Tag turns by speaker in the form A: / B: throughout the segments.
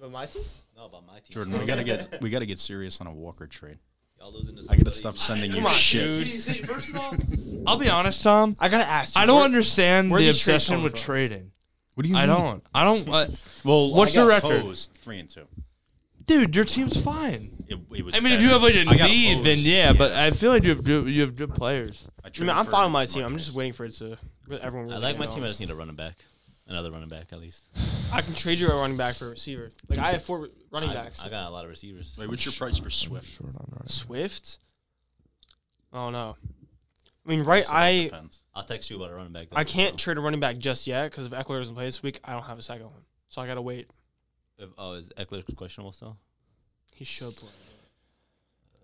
A: With my team?
B: No, about my team.
C: Jordan, we gotta get we gotta get serious on a Walker trade.
B: Y'all losing to
C: I
B: somebody
C: gotta stop
B: who's-
C: sending
D: Come
C: you
D: on,
C: shit.
D: dude.
E: See, see, first of all,
D: I'll be honest, Tom.
A: I gotta ask. You,
D: I don't
A: where-
D: understand
A: where'd
D: the
A: these trades
D: obsession
A: come
D: with
A: from?
D: trading.
C: What do you?
D: I
C: mean?
D: don't. I don't. Uh,
C: Well, I
D: What's
C: got
D: the record?
C: Posed three and two.
D: dude, your team's fine.
C: It, it was
D: I mean, if
C: better.
D: you have like a
C: I got
D: need, then
C: posed.
D: yeah, But I feel like you have good, you have good players.
C: I
A: I mean,
C: traded
A: I'm
C: for
A: fine with my
C: Demarcus.
A: team. I'm just waiting for it to everyone.
B: I
A: really
B: like my
A: get
B: team.
A: on.
B: I just need a running back, another running back at least.
A: I can trade you a running back for a receiver. Like I have four running
B: I,
A: backs.
B: I got a lot of receivers.
C: Wait, what's your price for Swift?
D: Short on running.
A: Swift. Oh no. I mean, right?
C: So that
A: I
C: depends.
B: I'll text you about a running back.
A: I can't
B: though.
A: trade a running back just yet because if Eckler doesn't play this week, I don't have a second one, so I gotta wait.
B: If- oh, is Eckler questionable still?
A: He should play.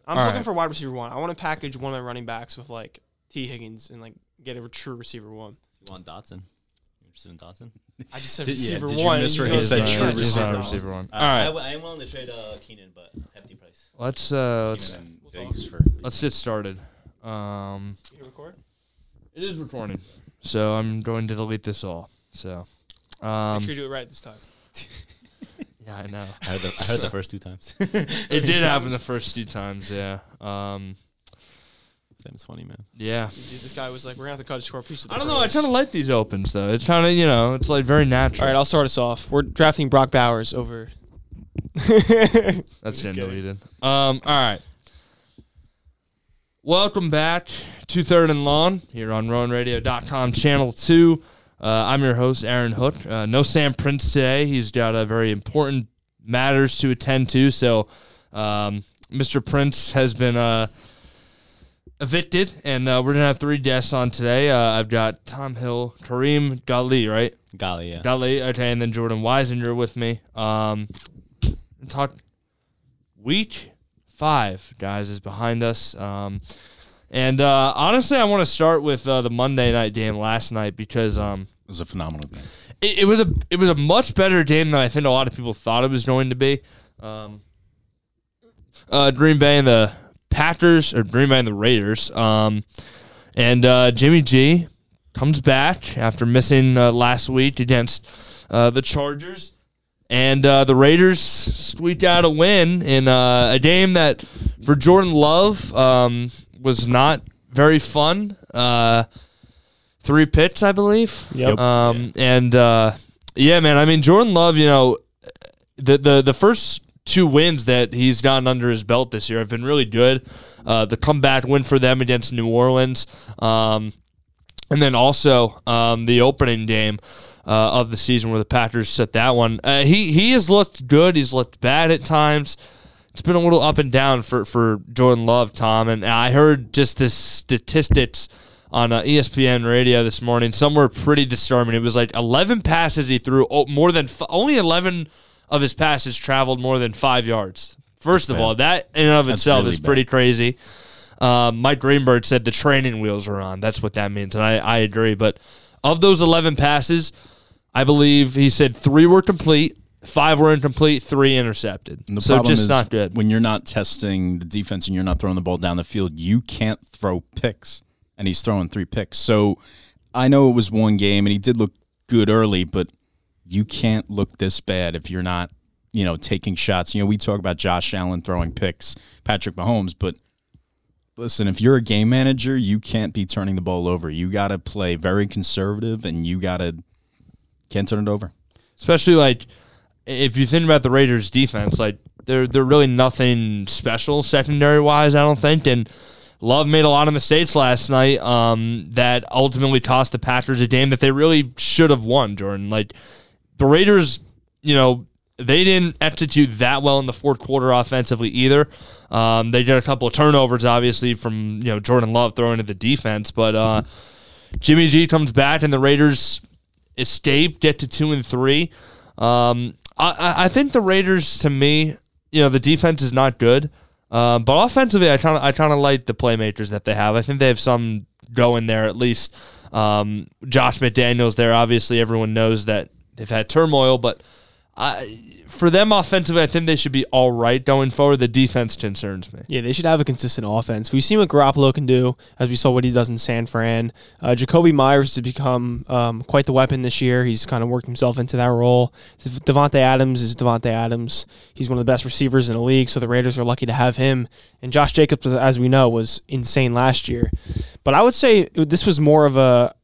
A: I'm
D: All
A: looking
D: right.
A: for wide receiver one. I want to package one of my running backs with like T Higgins and like get a true receiver one.
B: You want Dotson? You interested in Dotson?
A: I just said
C: Did- yeah,
A: receiver
C: did you
A: one.
C: miss
A: and
C: where he
A: you guys
C: said
A: can't
D: uh,
C: true
A: just say
C: receiver?
A: no.
D: receiver one.
B: Uh,
D: All right,
B: I, w- I am willing to trade uh, Keenan, but hefty price.
D: let's uh, let's
C: Keenan and
A: Let's-
C: Diggs for-
D: let's get started. Um,
A: You record?
D: it is recording, so I'm going to delete this all. So,
A: Make
D: um,
A: sure you do it right this time.
D: yeah, I know.
B: I heard the, I heard the first two times.
D: It did happen the first few times. Yeah. Um,
B: Sam's funny, man.
D: yeah.
A: Dude, this guy was like, "We're gonna have to cut a short piece of." The
D: I don't know. I
A: Cardinals."
D: kind of like these opens though. It's kind of you know, it's like very natural.
A: All right, I'll start us off. We're drafting Brock Bowers over. That's
D: That's getting deleted. Um, all right. Welcome back to Third and Lawn here on RowanRadio.com, Channel 2. Uh, I'm your host, Aaron Hook. Uh, no Sam Prince today. He's got uh, very important matters to attend to. So, um, Mr. Prince has been uh, evicted, and uh, we're going to have three guests on today. Uh, I've got Tom Hill, Kareem Gali, right?
B: Golly, yeah.
D: Dudley, okay, and then Jordan Weisinger with me. Um, talk week five, guys, is behind us. Um, and uh, honestly, I want to start with uh, the Monday night game last night because um,
C: It was a phenomenal game.
D: it, it was a it was a much better game than I think a lot of people thought it was going to be. Um, uh, Green Bay and the Packers, or Green Bay and the Raiders. Um, and uh, Jimmy G comes back after missing uh, last week against uh, the Chargers, and uh, the Raiders squeaked out a win in uh, a game that for Jordan Love um, was not very fun. Uh, three picks, I believe.
A: Yep.
D: Um, And uh, yeah, man. I mean, Jordan Love. You know, the the the first two wins that he's gotten under his belt this year have been really good. Uh, the comeback win for them against New Orleans, um, and then also um, the opening game. Uh, of the season where the Packers set that one, uh, he he has looked good. He's looked bad at times. It's been a little up and down for for Jordan Love, Tom. And I heard just this statistics on uh, ESPN radio this morning. Some were pretty disturbing. It was like 11 passes he threw. Oh, more than f- only 11 of his passes traveled more than five yards. First of all, that in and of
C: That's
D: itself
C: really
D: is pretty crazy. Um, Mike Greenberg said the training wheels are on. That's what that means, and I, I agree. But of those 11 passes, I believe he said three were complete, five were incomplete, three intercepted.
C: And the
D: so
C: problem
D: just
C: is
D: not good.
C: when you're not testing the defense and you're not throwing the ball down the field. You can't throw picks, and he's throwing three picks. So I know it was one game, and he did look good early, but you can't look this bad if you're not, you know, taking shots. You know, we talk about Josh Allen throwing picks, Patrick Mahomes, but listen, if you're a game manager, you can't be turning the ball over. You got to play very conservative, and you got to can't turn it over.
D: especially like if you think about the Raiders defense, like they're they're really nothing special secondary wise, I don't think. And Love made a lot of mistakes last night um, that ultimately cost the Packers a game that they really should have won. Jordan, like the Raiders, you know. They didn't execute that well in the fourth quarter offensively either. Um, they did a couple of turnovers, obviously, from you know Jordan Love throwing to the defense. But uh, Jimmy G comes back, and the Raiders escape, get to two and three. Um, I- I, I think the Raiders, to me, you know, the defense is not good, um, but offensively, I kind of I kind of like the playmakers that they have. I think they have some go in there at least. Um, Josh McDaniels there, obviously, everyone knows that they've had turmoil, but I, for them offensively, I think they should be all right going forward. The defense concerns me.
A: Yeah, they should have a consistent offense. We've seen what Garoppolo can do, as we saw what he does in San Fran. Uh, Jacoby Myers has become um, quite the weapon this year. He's kind of worked himself into that role. Devontae Adams is Devontae Adams. He's one of the best receivers in the league, so the Raiders are lucky to have him. And Josh Jacobs, as we know, was insane last year. But I would say this was more of a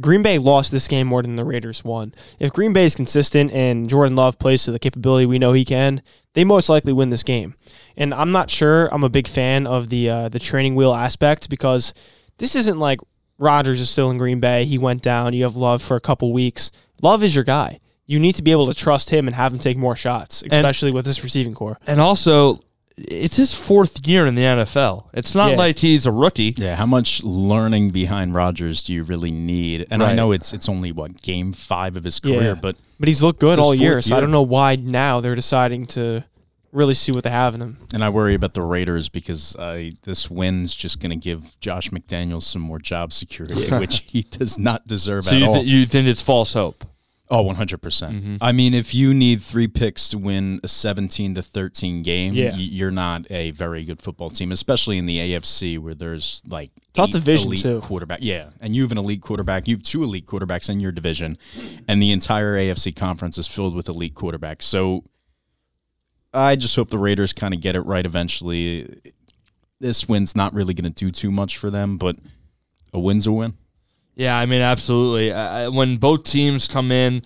A: Green Bay lost this game more than the Raiders won. If Green Bay is consistent and Jordan Love plays to the capability we know he can, they most likely win this game. And I'm not sure. I'm a big fan of the uh, the training wheel aspect because this isn't like Rodgers is still in Green Bay. He went down. You have Love for a couple weeks. Love is your guy. You need to be able to trust him and have him take more shots, especially with this receiving core.
D: And also, it's his fourth year in the NFL. It's not
A: Yeah.
D: like he's a rookie.
C: Yeah, how much learning behind Rodgers do you really need? And I
D: Right.
C: know it's it's only what game five of his career,
A: Yeah.
C: but
A: But he's looked good
C: It's his
A: all year,
C: fourth
A: so I
C: year.
A: don't know why now they're deciding to really see what they have in him.
C: and I worry about the Raiders because I this win's just going to give Josh McDaniels some more job security, which he does not deserve
D: So
C: at
D: you,
C: all.
D: th- you think it's false hope?
C: Oh, 100%.
A: Mm-hmm.
C: percent I mean, if you need three picks to win a 17 to 13 game,
A: Yeah.
C: y- you're not a very good football team, especially in the AFC where there's like
A: Tough
C: eight
A: division,
C: elite
A: too.
C: quarterback. Yeah, and you have an elite quarterback, you have two elite quarterbacks in your division, and the entire AFC conference is filled with elite quarterbacks. So I just hope the Raiders kind of get it right eventually. This win's not really going to do too much for them, but a win's a win.
D: Yeah, I mean, absolutely. I, I- when both teams come in,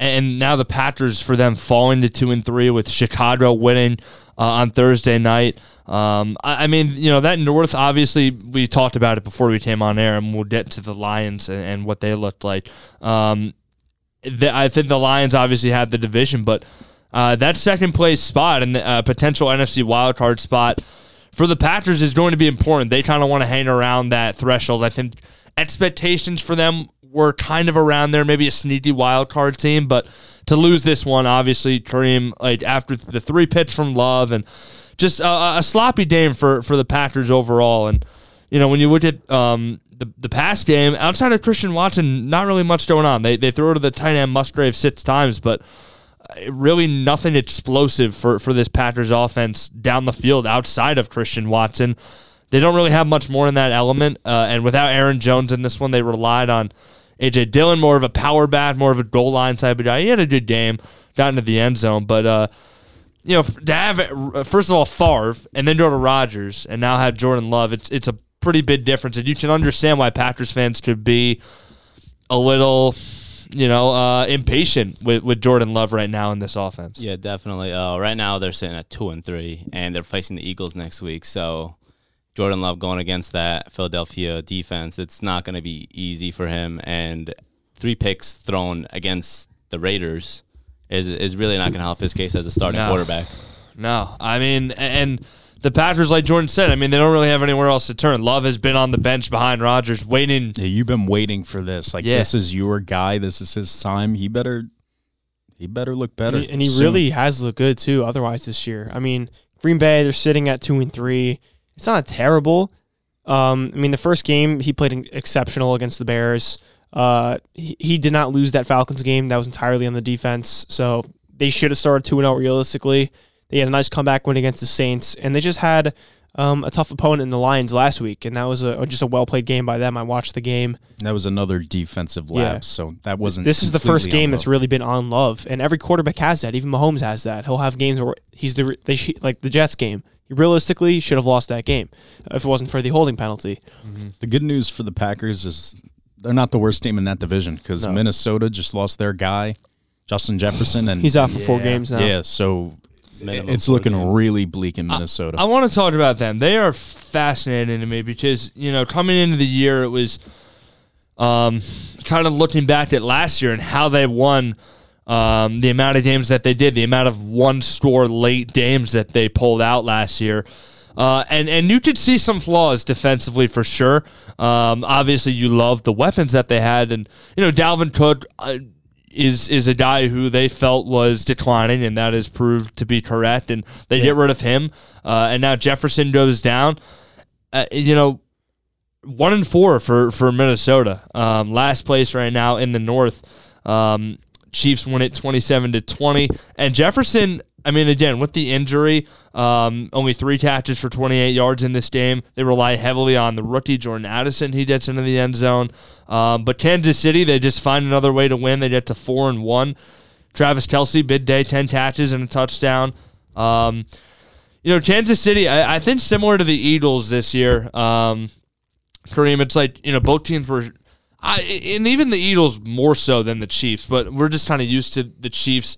D: and now the Packers for them falling to two and three with Chicago winning uh, on Thursday night. Um, I, I mean, you know that North. Obviously, we talked about it before we came on air, and we'll get to the Lions and, and what they looked like. Um, the, I think the Lions obviously have the division, but uh, that second place spot and the uh, potential NFC wildcard spot for the Packers is going to be important. They kind of want to hang around that threshold. I think expectations for them were kind of around there, maybe a sneaky wild card team, but to lose this one, obviously, Kareem, like after the three picks from Love and just a, a sloppy game for, for the Packers overall. And you know, when you look at um, the the pass game outside of Christian Watson, not really much going on. They they throw to the tight end Musgrave six times, but uh, really nothing explosive for for this Packers offense down the field outside of Christian Watson. They don't really have much more in that element, uh, and without Aaron Jones in this one, they relied on AJ Dillon, more of a power back, more of a goal line type of guy. He had a good game, got into the end zone, but uh, you know, f- to have uh, first of all Favre and then go to Rodgers and now have Jordan Love, it's it's a pretty big difference, and you can understand why Packers fans could be a little, you know, uh, impatient with, with Jordan Love right now in this offense.
B: Yeah, definitely. Uh, right now they're sitting at two and three, and they're facing the Eagles next week. So Jordan Love going against that Philadelphia defense, it's not going to be easy for him. And three picks thrown against the Raiders is is really not going to help his case as a starting
D: No.
B: quarterback.
D: No, I mean, a- and the Packers, like Jordan said, I mean, they don't really have anywhere else to turn. Love has been on the bench behind Rodgers, waiting.
C: Yeah, you've been waiting for this. Like
D: Yeah.
C: this is your guy. This is his time. He better, he better look better.
A: And he, and he
C: soon.
A: really has looked good too. Otherwise, this year, I mean, Green Bay they're sitting at two and three. It's not terrible. Um, I mean, the first game he played exceptional against the Bears. Uh, he, he did not lose that Falcons game. That was entirely on the defense. So they should have started two and zero realistically. They had a nice comeback win against the Saints, and they just had um, a tough opponent in the Lions last week, and that was a, just a well played game by them. I watched the game.
C: That was another defensive
A: Yeah.
C: lapse. So that wasn't.
A: This is the first
C: completely
A: game
C: on
A: that's
C: Love.
A: really been on love, and every quarterback has that. Even Mahomes has that. He'll have games where he's the they sh- like the Jets game. He realistically should have lost that game if it wasn't for the holding penalty.
C: the good news for the Packers is they're not the worst team in that division because
A: No.
C: Minnesota just lost their guy, Justin Jefferson, and
A: He's out for four games now.
C: yeah. So
B: Minimum
C: it's
B: four
C: looking
B: games.
C: really bleak in Minnesota.
D: I want to talk about them. They are fascinating to me because you know coming into the year it was, um, kind of looking back at last year and how they won, um, the amount of games that they did, the amount of one score late games that they pulled out last year. Uh, and and you could see some flaws defensively for sure. Um, obviously, you love the weapons that they had, and you know Dalvin Cook. Uh, is is a guy who they felt was declining, and that is proved to be correct. And they get rid of him, uh, and now Jefferson goes down. Uh, you know, one and four for for Minnesota, um, last place right now in the North. Um, Chiefs win it 27 to 20. And Jefferson, I mean, again, with the injury, um, only three catches for 28 yards in this game. They rely heavily on the rookie, Jordan Addison. He gets into the end zone. Um, but Kansas City, they just find another way to win. They get to 4 and 1. Travis Kelsey, big day, 10 catches and a touchdown. Um, you know, Kansas City, I, I think similar to the Eagles this year, um, Kareem, it's like, you know, both teams were, I, and even the Eagles more so than the Chiefs, but we're just kind of used to the Chiefs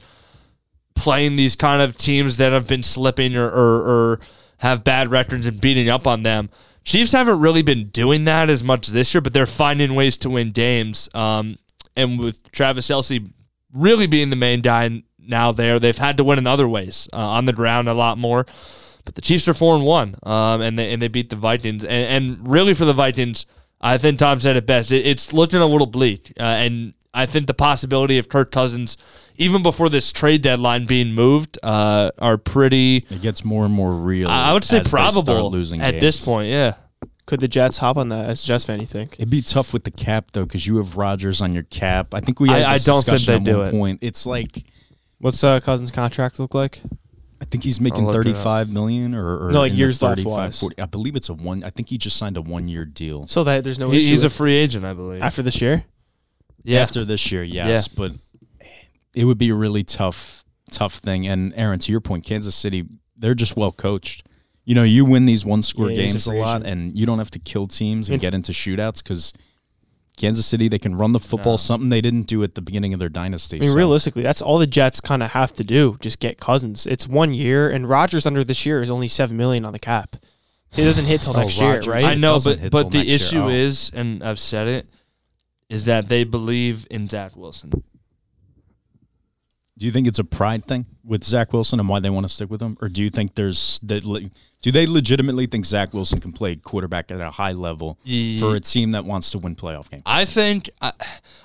D: playing these kind of teams that have been slipping or, or, or have bad records and beating up on them. Chiefs haven't really been doing that as much this year, but they're finding ways to win games. Um, and with Travis Kelsey really being the main guy now there, they've had to win in other ways uh, on the ground a lot more. But the Chiefs are four and one, um, and they and they beat the Vikings. And, and really for the Vikings, I think Tom said it best. It, it's looking a little bleak, uh, and I think the possibility of Kirk Cousins, even before this trade deadline being moved, uh, are pretty.
C: It gets more and more real.
D: I I would say
C: as they start
D: probable
C: losing
D: at this
C: games.
D: point. Yeah,
A: Could the Jets hop on that as Jets fan? You think?
C: It'd be tough with the cap though, because you have Rogers on your cap. I think we. Had
D: I- I
C: this
D: don't think
C: discussion
D: they
C: at
D: do
C: one
D: it.
C: Point. It's like
A: What's uh, Cousins' contract look like?
C: I think he's
D: I'll
C: making
D: look it up.
C: thirty-five million or, or
A: No, like
C: in the
A: years left
C: 35,
A: wise.
C: 40. I believe it's a one. I think he just signed a one-year deal
A: So that there's no
D: He-
A: issue
D: he's a
A: with-
D: free agent, I believe.
A: after this year.
D: yeah,
C: after this year. Yes, but it would be a really tough, tough thing. And Aaron, to your point, Kansas City, they're just well coached. You know, you win these one-score
A: Yeah, he's a
C: games a
A: free
C: lot,
A: agent.
C: and you don't have to kill teams and
A: And-
C: get into shootouts because. Kansas City, they can run the football,
D: No.
C: something they didn't do at the beginning of their dynasty.
A: I mean,
C: so-
A: realistically, that's all the Jets kind of have to do. Just get Cousins. It's one year, and Rogers under this year is only seven million on the cap. He doesn't hit till
C: Oh,
A: next year,
C: Rodgers.
A: right?
D: I
C: It
D: know,
C: doesn't
D: but
C: hit
D: but
C: till
D: the
C: next year.
D: issue
C: Oh.
D: is, and I've said it, is that they believe in Zach Wilson.
C: Do you think it's a pride thing with Zach Wilson and why they want to stick with him, or do you think there's that? le- Do they legitimately think Zach Wilson can play quarterback at a high level for a team that wants to win playoff games?
D: I think I,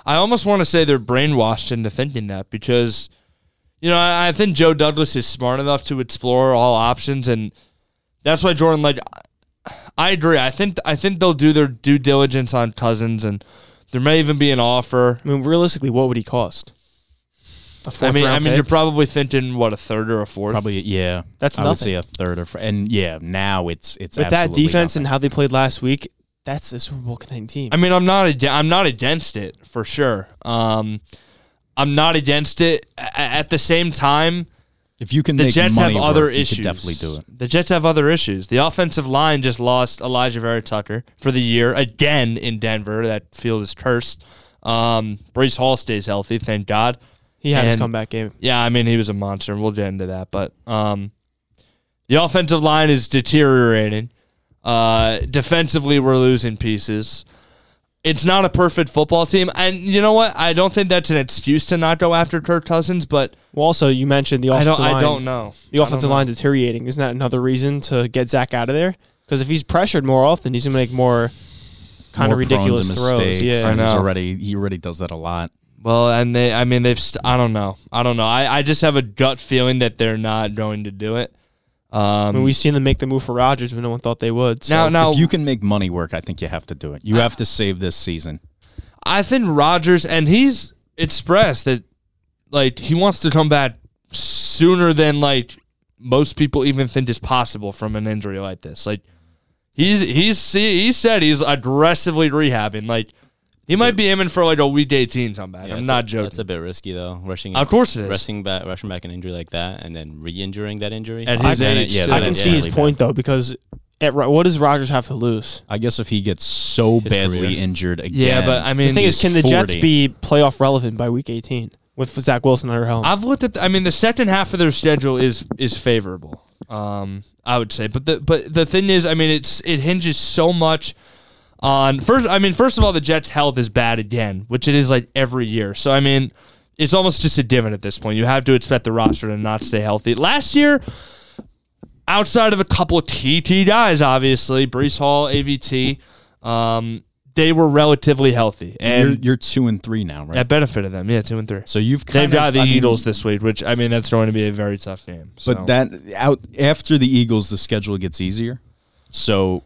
D: I almost want to say they're brainwashed into thinking that because, you know, I, I think Joe Douglas is smart enough to explore all options, and that's why Jordan. Like, I agree. I think I think they'll do their due diligence on Cousins, and there may even be an offer.
A: I mean, realistically, what would he cost? A fourth
D: I mean,
A: round
D: I mean,
A: pick?
D: you're probably thinking what a third or a fourth.
C: Probably, yeah.
A: That's
C: I would
A: nothing.
C: say a third or fr- and yeah. Now it's it's
A: with that
C: absolutely
A: defense and
C: nothing.
A: how they played last week, that's a Super Bowl contending team.
D: I mean, I'm not ag- I'm not against it for sure. Um, I'm not against it. A- at the same time,
C: if you can
D: the
C: make
D: Jets
C: money
D: have other
C: work, you
D: issues.
C: could definitely do it.
D: The Jets have other issues. The offensive line just lost Elijah Vera Tucker for the year again in Denver. That field is cursed. Um, Brees Hall stays healthy, thank God.
A: he had his
D: and-
A: comeback game.
D: Yeah, I mean he was a monster, and we'll get into that. But um, the offensive line is deteriorating. Uh, defensively, we're losing pieces. It's not a perfect football team, and you know what? I don't think that's an excuse to not go after Kirk Cousins, but
A: Well, also you mentioned the
D: I
A: offensive
D: don't.
A: line.
D: I don't know. I
A: The
D: don't
A: offensive
D: know.
A: line deteriorating isn't that another reason to get Zach out of there? Because if he's pressured more often, he's gonna make more kind of
C: More prone to
A: ridiculous
C: mistakes,
A: throws. Yeah,
C: and
D: I
C: he's
D: know.
C: already he already does that a lot.
D: Well, and they, I mean, they've, st- I don't know. I don't know. I, I just have a gut feeling that they're not going to do it. Um,
A: I mean, we've seen them make the move for Rodgers, but no one thought they would. So.
D: now, now,
C: if you can make money work, I think you have to do it. You have to save this season.
D: I think Rodgers, and he's expressed that, like, he wants to come back sooner than, like, most people even think is possible from an injury like this. Like, he's, he's, see, he said he's aggressively rehabbing. Like, he might be aiming for, like, a week 18 comeback.
B: Yeah,
D: I'm
B: it's
D: not
B: a,
D: joking.
B: That's a bit risky though. Rushing
D: of course it is.
B: rushing back rushing back an injury like that and then re-injuring that injury.
D: At
C: I
D: his
C: get it,
D: age,
C: yeah,
D: too.
A: I can see his
C: Yeah.
A: point though, because at, Ro- what does Rodgers have to lose?
C: I guess if he gets so
B: His
C: badly
B: career.
C: injured again,
D: Yeah, but I mean,
A: The thing is,
C: he's
A: can the Jets
C: 40.
A: be playoff relevant by Week 18 with Zach Wilson under helm?
D: I've looked at. The, I mean, the second half of their schedule is is favorable. Um, I would say, but the but the thing is, I mean, it's it hinges so much on first. I mean, first of all, the Jets' health is bad again, which it is like every year. So I mean, it's almost just a given at this point. You have to expect the roster to not stay healthy. Last year, outside of a couple of TT guys, obviously Brees Hall, AVT, um, they were relatively healthy, and
C: you're, you're two and three now, right?
D: that benefited them. Yeah, two and three.
C: So you've kind
D: They've got
C: of-
D: the
C: I mean,
D: Eagles this week, which I mean that's going to be a very tough game.
C: but
D: so.
C: that out after the Eagles, the schedule gets easier. So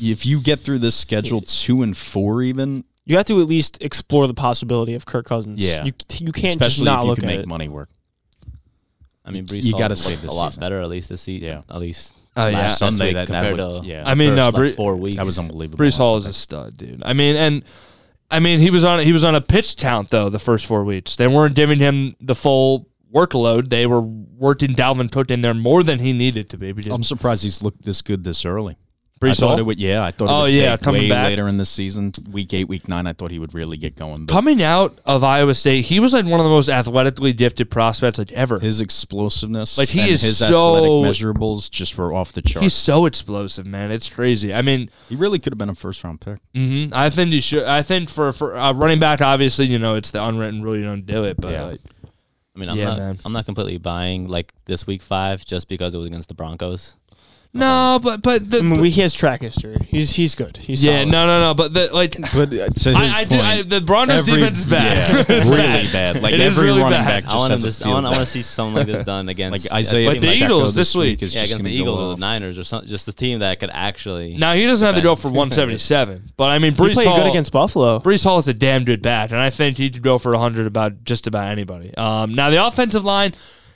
C: if you get through this schedule two and four, even
A: you have to at least explore the possibility of Kirk Cousins.
C: Yeah.
A: you you can't just
C: Especially
A: not
C: if you
A: look
C: can
A: at
C: make
A: it.
C: money work.
B: I mean, Brees
C: you
B: Hall
C: gotta
B: looked
C: save this
B: a lot
C: season.
B: better at least this season.
C: Yeah.
B: at least
D: Oh, yeah.
B: last
C: Sunday,
B: week
C: that- that
B: compared
C: would-
B: to
C: yeah.
D: I mean,
B: first,
D: no,
B: like,
D: Bree-
B: four weeks.
C: That was unbelievable.
D: Brees Hall is a
C: Sunday.
D: stud, dude. I mean, and I mean he was on he was on a pitch count though the first four weeks. They weren't giving him the full workload. They were working Dalvin Cook in there more than he needed to be. Because
C: I'm surprised he's looked this good this early. Um, I
D: Brees
C: thought
D: Hall
C: it would, yeah, I thought it
D: Oh,
C: would
D: yeah,
C: take
D: coming
C: way
D: back.
C: later in the season, week eight, week nine. I thought he would really get going. But
D: coming out of Iowa State, he was like one of the most athletically gifted prospects like ever.
C: his explosiveness,
D: Like, he
C: and
D: is
C: his
D: so-
C: athletic measurables just were off the chart.
D: He's so explosive, man. It's crazy. I mean,
C: he really could have been a first round pick.
D: hmm I think you should. I think for for uh, running back, obviously, you know, it's the unwritten rule you don't do it. But
C: Yeah.
D: like,
B: I mean, I'm
D: Yeah,
B: not.
D: man.
B: I'm not completely buying like this week five just because it was against the Broncos.
D: no, but but the
A: I mean, we, he has track history. He's he's good. He's
D: yeah,
A: solid.
D: no, no, no. But the like,
C: But uh, to his
D: I, I do.
C: point,
D: I, the Broncos
C: every-
D: defense is bad.
C: yeah,
D: It's
C: really bad. Like
D: It is
C: every
D: really
C: running back
D: bad.
B: I
C: just
B: want, him
C: has
B: to,
C: a
B: I,
C: field
B: want, I
C: day.
B: want to see something like this done against
C: like Isaiah.
B: a team
D: the
B: like-
C: Pacheco
D: Eagles this week-
C: is
B: yeah,
C: just
B: against
C: gonna
B: the
C: go
B: Eagles or
C: off.
B: the Niners or something. Just the team that could actually.
D: Now he doesn't have to go for 177, but I mean,
A: he
D: Brees
A: played
D: Hall.
A: good against Buffalo.
D: Brees Hall is a damn good back, and I think he could go for 100 about just about anybody. Um, now the offensive line.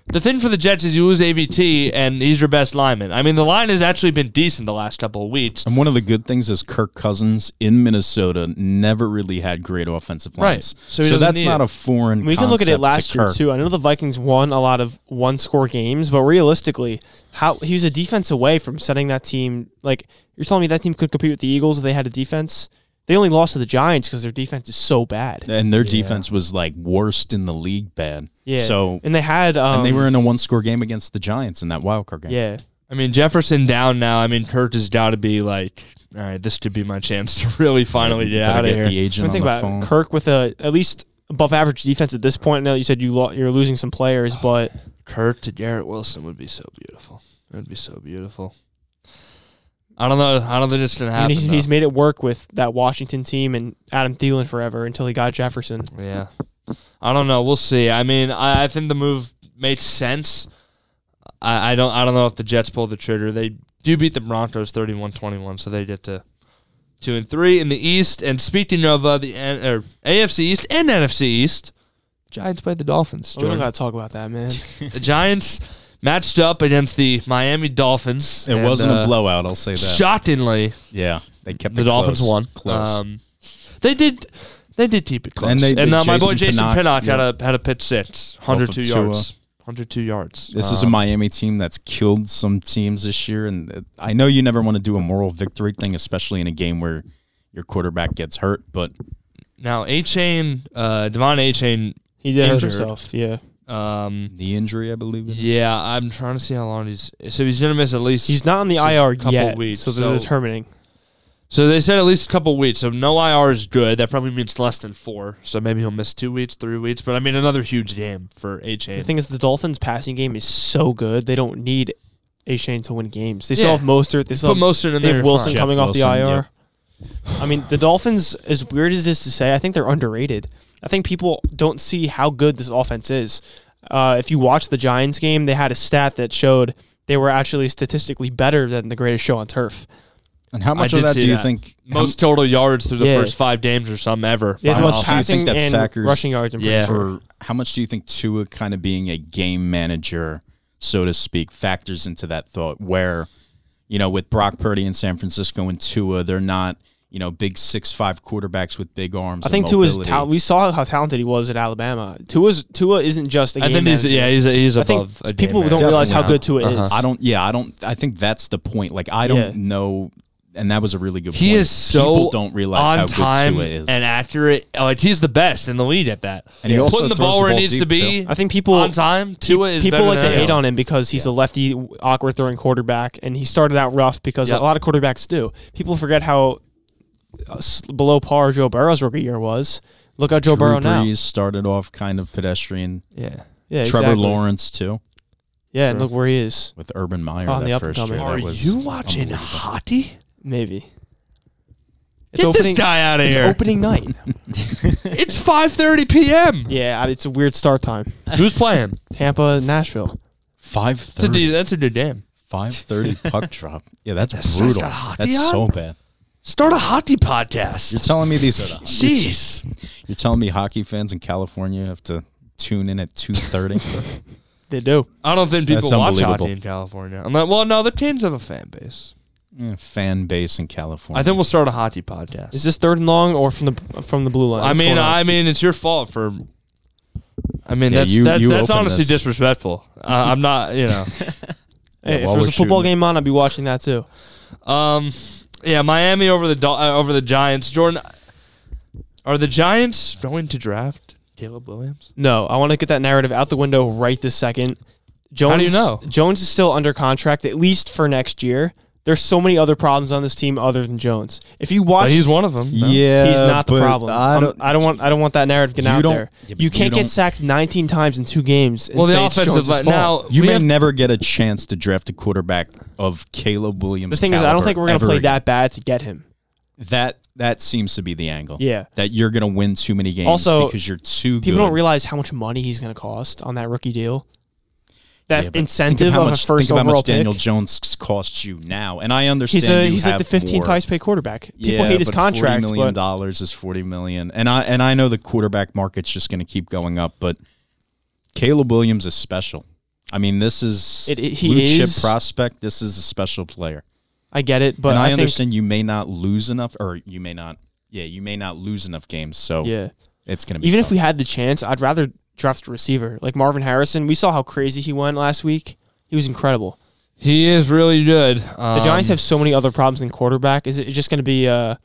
D: The thing for the Jets is you lose AVT and he's your best lineman. I mean, the line has actually been decent the last couple of weeks.
C: And one of the good things is Kirk Cousins in Minnesota never really had great offensive
D: Right.
C: lines. So,
D: So he doesn't
C: that's
D: need
C: not
D: it.
C: a foreign.
A: We can look at
C: concept
A: it
C: to
A: last year
C: Kirk.
A: too. I know the Vikings won a lot of one score games, but realistically, how he was a defense away from setting that team. Like you're telling me that team could compete with the Eagles if they had a defense. They only lost to the Giants because their defense is so bad.
C: And their defense was like worst in the league, bad.
A: Yeah.
C: So
A: and they had um,
C: and they were in a one score game against the Giants in that wild card game.
A: yeah.
D: I mean, Jefferson down now. I mean, Kurt has got to be like, all right, this could be my chance to really finally get
C: Better
D: out of
C: get
D: here.
C: The agent
A: I think
C: on
A: about
C: the phone.
A: it, Kirk with a at least above average defense at this point. Now you said you lo- you're losing some players,
D: Oh,
A: but
D: Kurt to Garrett Wilson would be so beautiful. It would be so beautiful. I don't know. I don't think it's gonna
A: I mean,
D: happen.
A: he's,
D: though.
A: he's made it work with that Washington team and Adam Thielen forever until he got Jefferson.
D: yeah. I don't know. We'll see. I mean, I, I think the move makes sense. I, I don't. I don't know if the Jets pull the trigger. They do beat the Broncos 31-21, so they get to two and three in the East. And speaking of uh, the N- or AFC East and NFC East, Giants played the Dolphins.
C: Oh
A: We don't
D: Jordan.
A: got to talk about that, man.
D: the Giants matched up against the Miami Dolphins.
C: it
D: and,
C: wasn't
D: uh,
C: a blowout. I'll say that.
D: Shockingly,
C: yeah, they kept
D: the
C: it
D: Dolphins
C: close.
D: won.
C: Close.
D: Um, they did. They did keep it close. And,
C: And they- they-
D: uh, my boy Jason
C: Jason Pinnock,
D: Pinnock, had a had a pitch six,
C: of
D: 102
C: Tua.
D: yards, 102 yards.
C: This is a
D: Um,
C: Miami team that's killed some teams this year, and uh, I know you never want to do a moral victory thing, especially in a game where your quarterback gets hurt. But
D: now A Chain, uh, Devon A Chain.
A: He did hurt
D: Injured.
A: himself. Yeah,
D: Um,
C: knee injury, I believe. it is.
D: yeah, I'm trying to see how long he's. So he's gonna miss at least.
A: he's not on the
D: Just a
A: IR
D: couple
A: yet,
D: weeks,
A: so they're
D: so-
A: determining.
D: so they said at least a couple weeks. So no IR is good. That probably means less than four. So maybe he'll miss two weeks, three weeks. But I mean, another huge game for A Chain.
A: The thing is, the Dolphins' passing game is so good; they don't need A Shane to win games. They
D: Yeah.
A: still have Mostert. They still
D: Put
A: have,
D: Mostert in
A: they
D: there.
A: have
D: you're
A: Wilson
D: fine.
C: Jeff
A: coming off the
C: Wilson,
A: IR. I mean, the Dolphins. As weird as it is to say, I think they're underrated. I think people don't see how good this offense is. Uh, if you watch the Giants game, they had a stat that showed they were actually statistically better than the greatest show on turf.
C: And how much
D: I
C: of
D: did
C: that
D: see
C: do you
D: that.
C: think? how
D: Most total yards through the
A: Yeah.
D: first five games or something ever.
A: They had the
C: Wow.
A: most
C: So you think
A: passing
C: that
A: and
C: Factor's-
A: rushing yards. I'm pretty
D: Yeah.
A: sure.
C: or how much do you think Tua kind of being a game manager, so to speak, factors into that thought where, you know, with Brock Purdy in San Francisco and Tua, they're not, you know, big six five quarterbacks with big arms.
A: I
C: and
A: think Tua's
C: mobility.
A: ta- we saw how talented he was at Alabama. Tua's Tua isn't just a game
D: I think he's
A: manager.
D: yeah he's he's
A: I think
D: above. a game
A: people don't
D: manager.
A: realize how
C: Definitely. Uh-huh.
A: good Tua is.
C: I don't yeah, I don't I think that's the point. Like I don't
A: Uh-huh. Yeah.
C: know and that was a really good
D: He
C: point.
D: is so
C: People don't realize
D: on
C: how
D: time
C: good Tua is.
D: and accurate. Like he's the best in the league at that.
C: And he also
D: putting the
C: throws
D: ball
C: the
D: where it
C: ball
D: needs to
C: deep,
D: be.
C: too.
A: I think people
D: on time. Tua is
A: people
D: better
A: like
D: than
A: to hate on him because he's a lefty, awkward throwing quarterback, and he started out rough because
D: Yep.
A: a lot of quarterbacks do. People forget how uh, s- below par Joe Burrow's rookie year was. Look at Joe
C: Drew
A: Burrow now.
C: Brees started off kind of pedestrian.
D: Yeah.
A: Yeah,
C: Trevor
A: exactly.
C: Lawrence too,
A: Yeah, and
D: True.
A: look where he is.
C: with Urban Meyer
A: On
C: that
A: the up and
C: first
A: coming.
C: year.
D: Are
C: that was
D: you watching hockey?
A: Maybe. It's
D: Get
A: opening,
D: this guy out of
A: It's
D: here.
A: opening night.
D: It's 5:30 p.m.
A: yeah, I- it's a weird start time.
D: Who's playing?
A: Tampa, Nashville.
C: five
D: That's a,
C: thirty
D: de- that's a good game.
C: Five thirty puck drop. Yeah, that's
D: That's- that's
C: brutal.
D: got hockey
C: That's
D: on?
C: so bad.
D: Start a hockey podcast.
C: You're telling me these.
D: Jeez.
C: You're telling me hockey fans in California have to tune in at two thirty.
A: They do.
D: I don't think people
C: That's
D: watch
C: unbelievable.
D: hockey in California. I'm like, well, no, the teams have a fan base.
C: fan base in California.
D: I think we'll start a hockey podcast.
A: Is this third and long or from the from the blue line?
D: I
A: What's
D: mean,
A: going on?
D: I mean, it's your fault for. I mean,
C: Yeah,
D: that's
C: you-
D: that's,
C: you
D: that's
C: opened
D: honestly
C: this.
D: disrespectful. Uh, I'm not, you know.
C: Yeah,
A: Hey, if
C: while
A: there was
C: we're
A: a football
C: shooting it.
A: game on, I'd be watching that too.
D: Um, yeah, Miami over the Dol- uh, over the Giants. Jordan, are the Giants going to draft Caleb Williams?
A: No, I want to get that narrative out the window right this second. Jones,
D: How do you know?
A: Jones is still under contract at least for next year. There's so many other problems on this team other than Jones. If you watch,
D: But he's one of them. no?
C: Yeah,
A: he's not the
C: but
A: problem.
C: I
A: I'm-
C: don't.
A: want. I don't want that narrative getting
C: You
A: out
C: don't-
A: there.
C: Yeah, but
A: you
C: you
A: can't
C: don't-
A: get sacked 19 times in two games. And
D: Well,
A: say
D: the
A: it's
D: offensive
A: Jones's
D: line
A: fault.
D: now.
C: you
D: we
C: may
D: have-
C: never get a chance to draft a quarterback of Caleb Williams.
A: The thing is, I don't
C: caliber
A: think we're going to
C: ever
A: play
C: again.
A: that bad to get him.
C: That that seems to be the angle.
A: Yeah.
C: that you're going to win too many games
A: Also,
C: because you're too
A: People
C: good.
A: don't realize how much money he's going to cost on that rookie deal.
C: Yeah,
A: That
C: but
A: incentive
C: think how
A: of,
C: much,
A: a first
C: think of how
A: overall
C: much Daniel
A: pick.
C: Jones costs you now, and I understand
A: He's a
C: you
A: he's like the
C: have
A: 15th
C: more.
A: highest paid quarterback. People
C: Yeah,
A: hate his
C: but Forty
A: contract,
C: million
A: but
C: dollars is forty million, and I and I know the quarterback market's just going to keep going up, but Caleb Williams is special. I mean, this is
A: It- it- he
C: blue
A: is-
C: chip prospect. This is a special player,
A: I get it. But
C: and I,
A: I, think
C: understand you may not lose enough, or you may not. Yeah, you may not lose enough games, so
A: yeah,
C: it's going to be
A: even if
C: tough.
A: we had the chance, I'd rather draft a receiver like Marvin Harrison. We saw how crazy he went last week. He was incredible.
D: He is really good.
A: The
D: Um,
A: Giants have so many other problems than quarterback. Is it just going to be uh,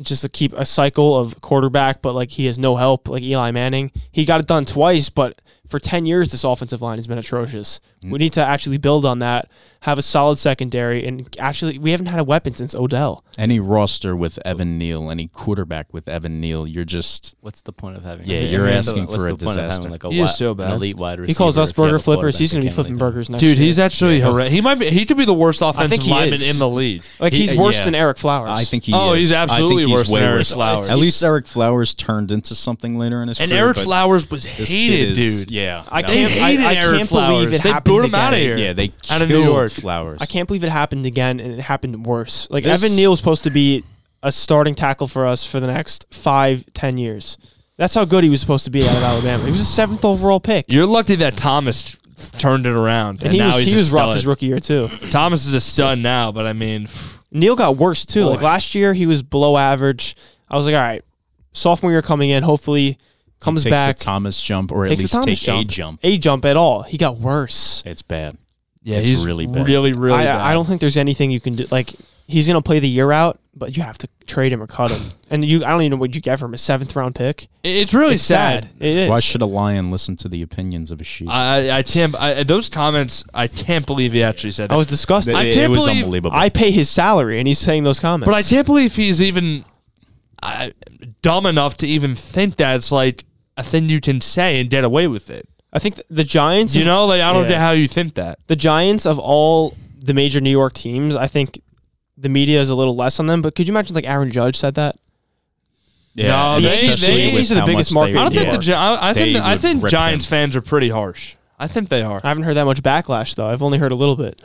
A: just to keep a cycle of quarterback, but like he has no help, like Eli Manning? He got it done twice, but for 10 years, this offensive line has been atrocious. We need to actually build on that, have a solid secondary, and actually, we haven't had a weapon since Odell.
C: any roster with Evan Neal, any quarterback with Evan Neal, you're just
B: What's the point of having?
C: Yeah,
B: I mean,
C: you're
B: what's
C: asking
B: what's
C: for a
B: the point of having,
C: disaster.
B: Like a
D: He is
B: wi-
D: so
B: an
D: bad.
B: elite wide receiver.
A: He calls us
B: if you have
A: burger
B: a
A: flippers. He's
B: quarterback
A: going to be
B: that can't
A: flipping
B: really-
A: burgers next
D: dude.
A: year.
D: He's actually horrendous. He might be. He could be the worst offensive
A: he
D: lineman
A: is.
D: in the league.
A: like he's
C: he-
A: worse
C: yeah.
A: than Eric Flowers.
C: I think he.
D: Oh,
C: is.
D: he's
C: I think
D: absolutely
C: he's
D: worse than
C: way
D: Eric
C: worse.
D: Flowers.
C: At least Eric Flowers turned into something later in his
D: And
C: career.
D: Eric
C: but
D: Flowers was
C: this kid
D: hated,
C: is-
D: dude.
C: Yeah,
A: I
C: no.
D: They
A: can't.
D: hated
A: I, I
D: Eric
A: can't
D: Flowers.
A: believe it
D: They
A: happened
D: booed him
A: again.
D: outta here.
C: Yeah, they
D: Out
C: out
D: of
C: of
D: New York.
C: Flowers.
A: I can't believe it happened again, and it happened worse. Like
C: This-
A: Evan Neal's supposed to be a starting tackle for us for the next five, ten years. That's how good he was supposed to be out of Alabama. He was a seventh overall pick,
D: You're lucky that Thomas turned it around, and,
A: and he
D: now
A: was
D: he's
A: he
D: a
A: was rough
D: stud.
A: his rookie year too.
D: Thomas is a stud now, but I mean,
A: Neal got worse too. Like
D: Boy.
A: last year, he was below average. I was like, all right, sophomore year coming in, hopefully comes
C: takes
A: back.
C: the Thomas jump, or at
A: takes
C: least
A: a Thomas
C: take
A: jump.
C: a jump.
A: A jump at all. He got worse.
C: It's bad.
D: yeah,
C: It's
D: he's
C: really bad.
D: really, really
A: I,
D: bad.
A: I don't think there's anything you can do. Like he's gonna play the year out, but you have to trade him or cut him. And you, I don't even know what you get from a seventh round pick.
D: It's really
A: It's sad. It is.
C: Why should a lion listen to the opinions of a sheep?
D: I, I can't. I, those comments, I can't believe he actually said that.
A: I was disgusted.
D: I
C: it,
D: can't
C: it was
D: believe-
C: unbelievable.
A: I pay his salary, and he's saying those comments.
D: but I can't believe he's even I, dumb enough to even think that's like a thing you can say and get away with it.
A: I think th- the Giants,
D: You know, like I don't
A: Yeah.
D: know how you think that.
A: the Giants of all the major New York teams, I think the media is a little less on them. But could you imagine like Aaron Judge said that?
D: No,
C: and
D: they-
C: especially
D: they-
C: with
A: these are the
C: how
A: biggest
C: much
A: market
C: they
D: I don't think
C: are.
D: the Gi- I, I think
C: They
D: the- I
C: would
D: think
C: rip
D: Giants
C: them.
D: fans are pretty harsh. I think they are.
A: I haven't heard that much backlash though. I've only heard a little bit.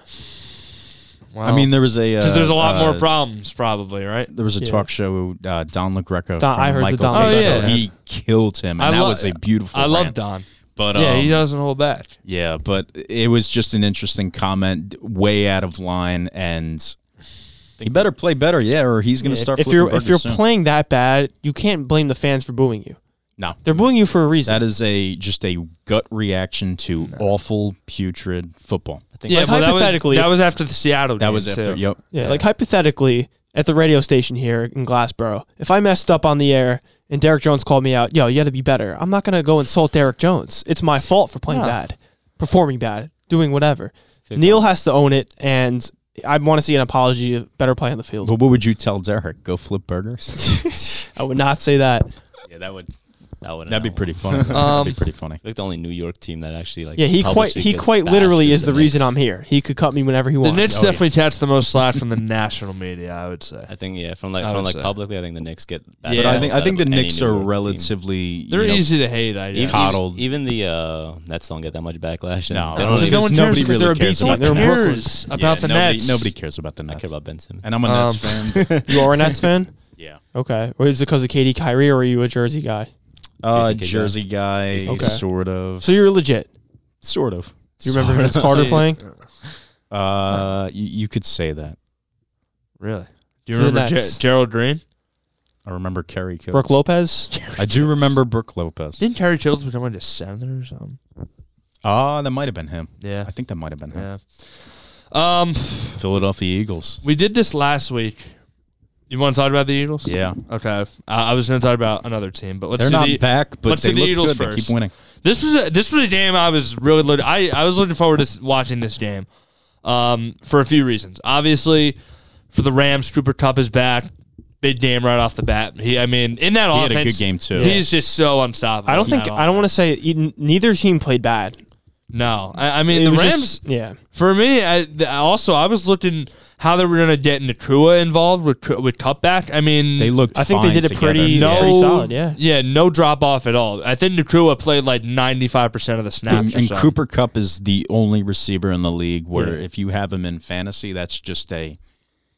D: Wow.
C: I mean, there was a
D: because there's a lot
C: uh,
D: more
C: uh,
D: problems, probably, right?
C: There was a
A: Yeah.
C: talk show. Uh, Don LaGreco.
A: Don-
C: from
A: I heard the
C: Michael
A: Don
C: K
D: LaGreca
C: show.
D: rant.
C: He killed him,
D: Oh, I
C: and that
D: lo-
C: was a beautiful.
D: I love
C: rant.
D: Don.
C: But
D: yeah, he
C: um,
D: doesn't hold back.
C: Yeah, but it was just an interesting comment, way out of line, and he better play better, yeah, or he's going to start.
A: if
C: flipping
A: you're if
C: burgers
A: you're
C: soon.
A: playing that bad, you can't blame the fans for booing you.
C: no,
A: They're booing you for a reason.
C: that is a just a gut reaction to awful, putrid football.
B: I think
D: Yeah,
A: Like,
D: well, that was-
A: hypothetically,
D: that was,
A: if-
D: after the Seattle.
C: That
D: game,
C: was after.
D: too.
C: Yep.
A: Yeah, like hypothetically, at the radio station here in Glassboro, if I messed up on the air and Derek Jones called me out, yo, you got to be better. I'm not gonna go insult Derek Jones. It's my fault for playing
D: No.
A: bad, performing bad, doing whatever.
B: Fair
A: Neil has to own it, and I want to see an apology. of Better play on the field.
C: But what would you tell Derek? Go flip burgers?
A: I would not say that.
C: yeah, that would
B: That would
C: That'd be pretty funny.
D: Um,
C: That'd be pretty funny.
B: Like the only New York team that actually like
A: Yeah, he quite
B: publicly
A: he
B: gets
A: quite
B: bashed
A: literally is
B: the
A: the reason
B: Knicks.
A: I'm here. He could cut me whenever he
D: The
A: wants.
D: Knicks
A: Oh, yeah.
D: definitely catch the most slack from the national media, I would say.
B: I think yeah, from like
D: I
B: from
D: would
B: like
D: say.
B: publicly, I think the Knicks get.
D: Yeah.
C: But I think I think the
B: Any
C: Knicks
B: New
C: are
B: York team.
C: relatively.
D: They're
C: you know,
D: easy to hate, I
B: Even,
D: guess.
C: Coddle. coddled.
B: Even the uh, Nets don't get that much backlash. and
C: No,
B: they
C: no,
B: don't
C: just
B: even-
C: no one cares nobody because really they're a cares
A: B
C: about
A: team. They're
D: Who
A: in Brooklyn.
D: cares about the
C: nobody,
D: Nets?
C: Nobody cares about the
B: I
C: Nets.
B: care about Ben Simmons.
C: and I'm a
D: Um,
C: Nets fan.
A: You are a Nets fan?
C: yeah.
A: Okay. Or is it because of Katie Kyrie or are you a Jersey guy?
C: Uh,
B: He's a kid guy.
C: Jersey guy,
A: Okay.
C: sort of.
A: So you're legit.
C: sort of.
A: You remember Vince Carter
D: See,
A: playing?
C: Uh, you, you could say that.
D: Really? Do you
A: For the
D: remember Ger-
A: Nets.
D: Gerald Green?
C: I remember Kerry Coates.
A: Brooke Lopez?
C: I do remember Brooke Lopez.
D: Didn't Terry Childs become like a senator or something?
C: Ah, that might have been him.
D: Yeah.
C: I think that might have been him.
D: Yeah. Um,
C: Philadelphia Eagles.
D: we did this last week. You want to talk about the Eagles?
C: Yeah.
D: Okay. Uh, I was going to talk about another team, but let's
C: They're
D: do
C: not
D: the,
C: back, but
D: let's do
C: they
D: the
C: look
D: Eagles
C: good. They
D: first.
C: keep winning.
D: This was a, this was a game I was really look, I I was looking forward to s- watching this game, um, for a few reasons. Obviously, for the Rams, Cooper Cup is back. Big game right off the bat. He, I mean, in that
C: He had
D: offense,
C: a good game, too.
D: He's just so unstoppable.
A: I don't
D: in
A: think
D: that
A: I don't want to say e- neither team played bad.
D: No, I, I mean
A: It
D: the
A: was
D: Rams.
A: just- yeah.
D: For me, I, th- also I was looking how they were gonna get Nakua involved with Cu- with Cutback. I mean,
C: They looked.
A: I think they
C: fine
A: did it
C: together.
A: pretty-
D: no
A: pretty solid, yeah.
D: yeah, no drop off at all. I think Nakua played like ninety five percent of the snaps.
C: And,
D: or
C: and
D: something.
C: Cooper Cup is the only receiver in the league where if you have him in fantasy, that's just a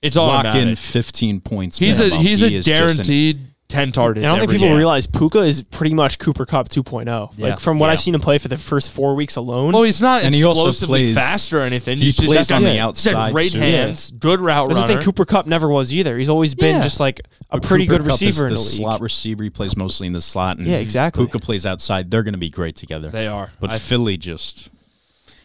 D: it's all
C: lock in
D: automatic.
C: 15 points.
D: He's a
C: minimum.
D: he's
C: He
D: a
C: is just an-
D: guaranteed ten targets.
A: And I don't think
D: every
A: people
D: game.
A: realize Puka is pretty much Cooper Cup 2.0.
D: Yeah.
A: oh. Like from what
C: Yeah.
A: I've seen him play for the first four weeks alone.
D: Well, he's not
C: And he also
D: explosively
C: plays-
D: fast or anything.
C: he
D: He's just
C: plays
D: got-
C: on the
D: he's got
C: outside,
D: Great
C: too.
D: hands, good route
A: That's the
D: runner.
A: thing Cooper Cup never was either. He's always been
D: Yeah.
A: just like a
C: But
A: pretty
C: Cooper
A: good
C: Kupp is
A: receiver in the,
C: the
A: league.
C: slot receiver. He plays mostly in the slot. And
A: Yeah, exactly.
C: Puka plays outside. They're going to be great together.
D: They are.
C: But
D: I
C: Philly just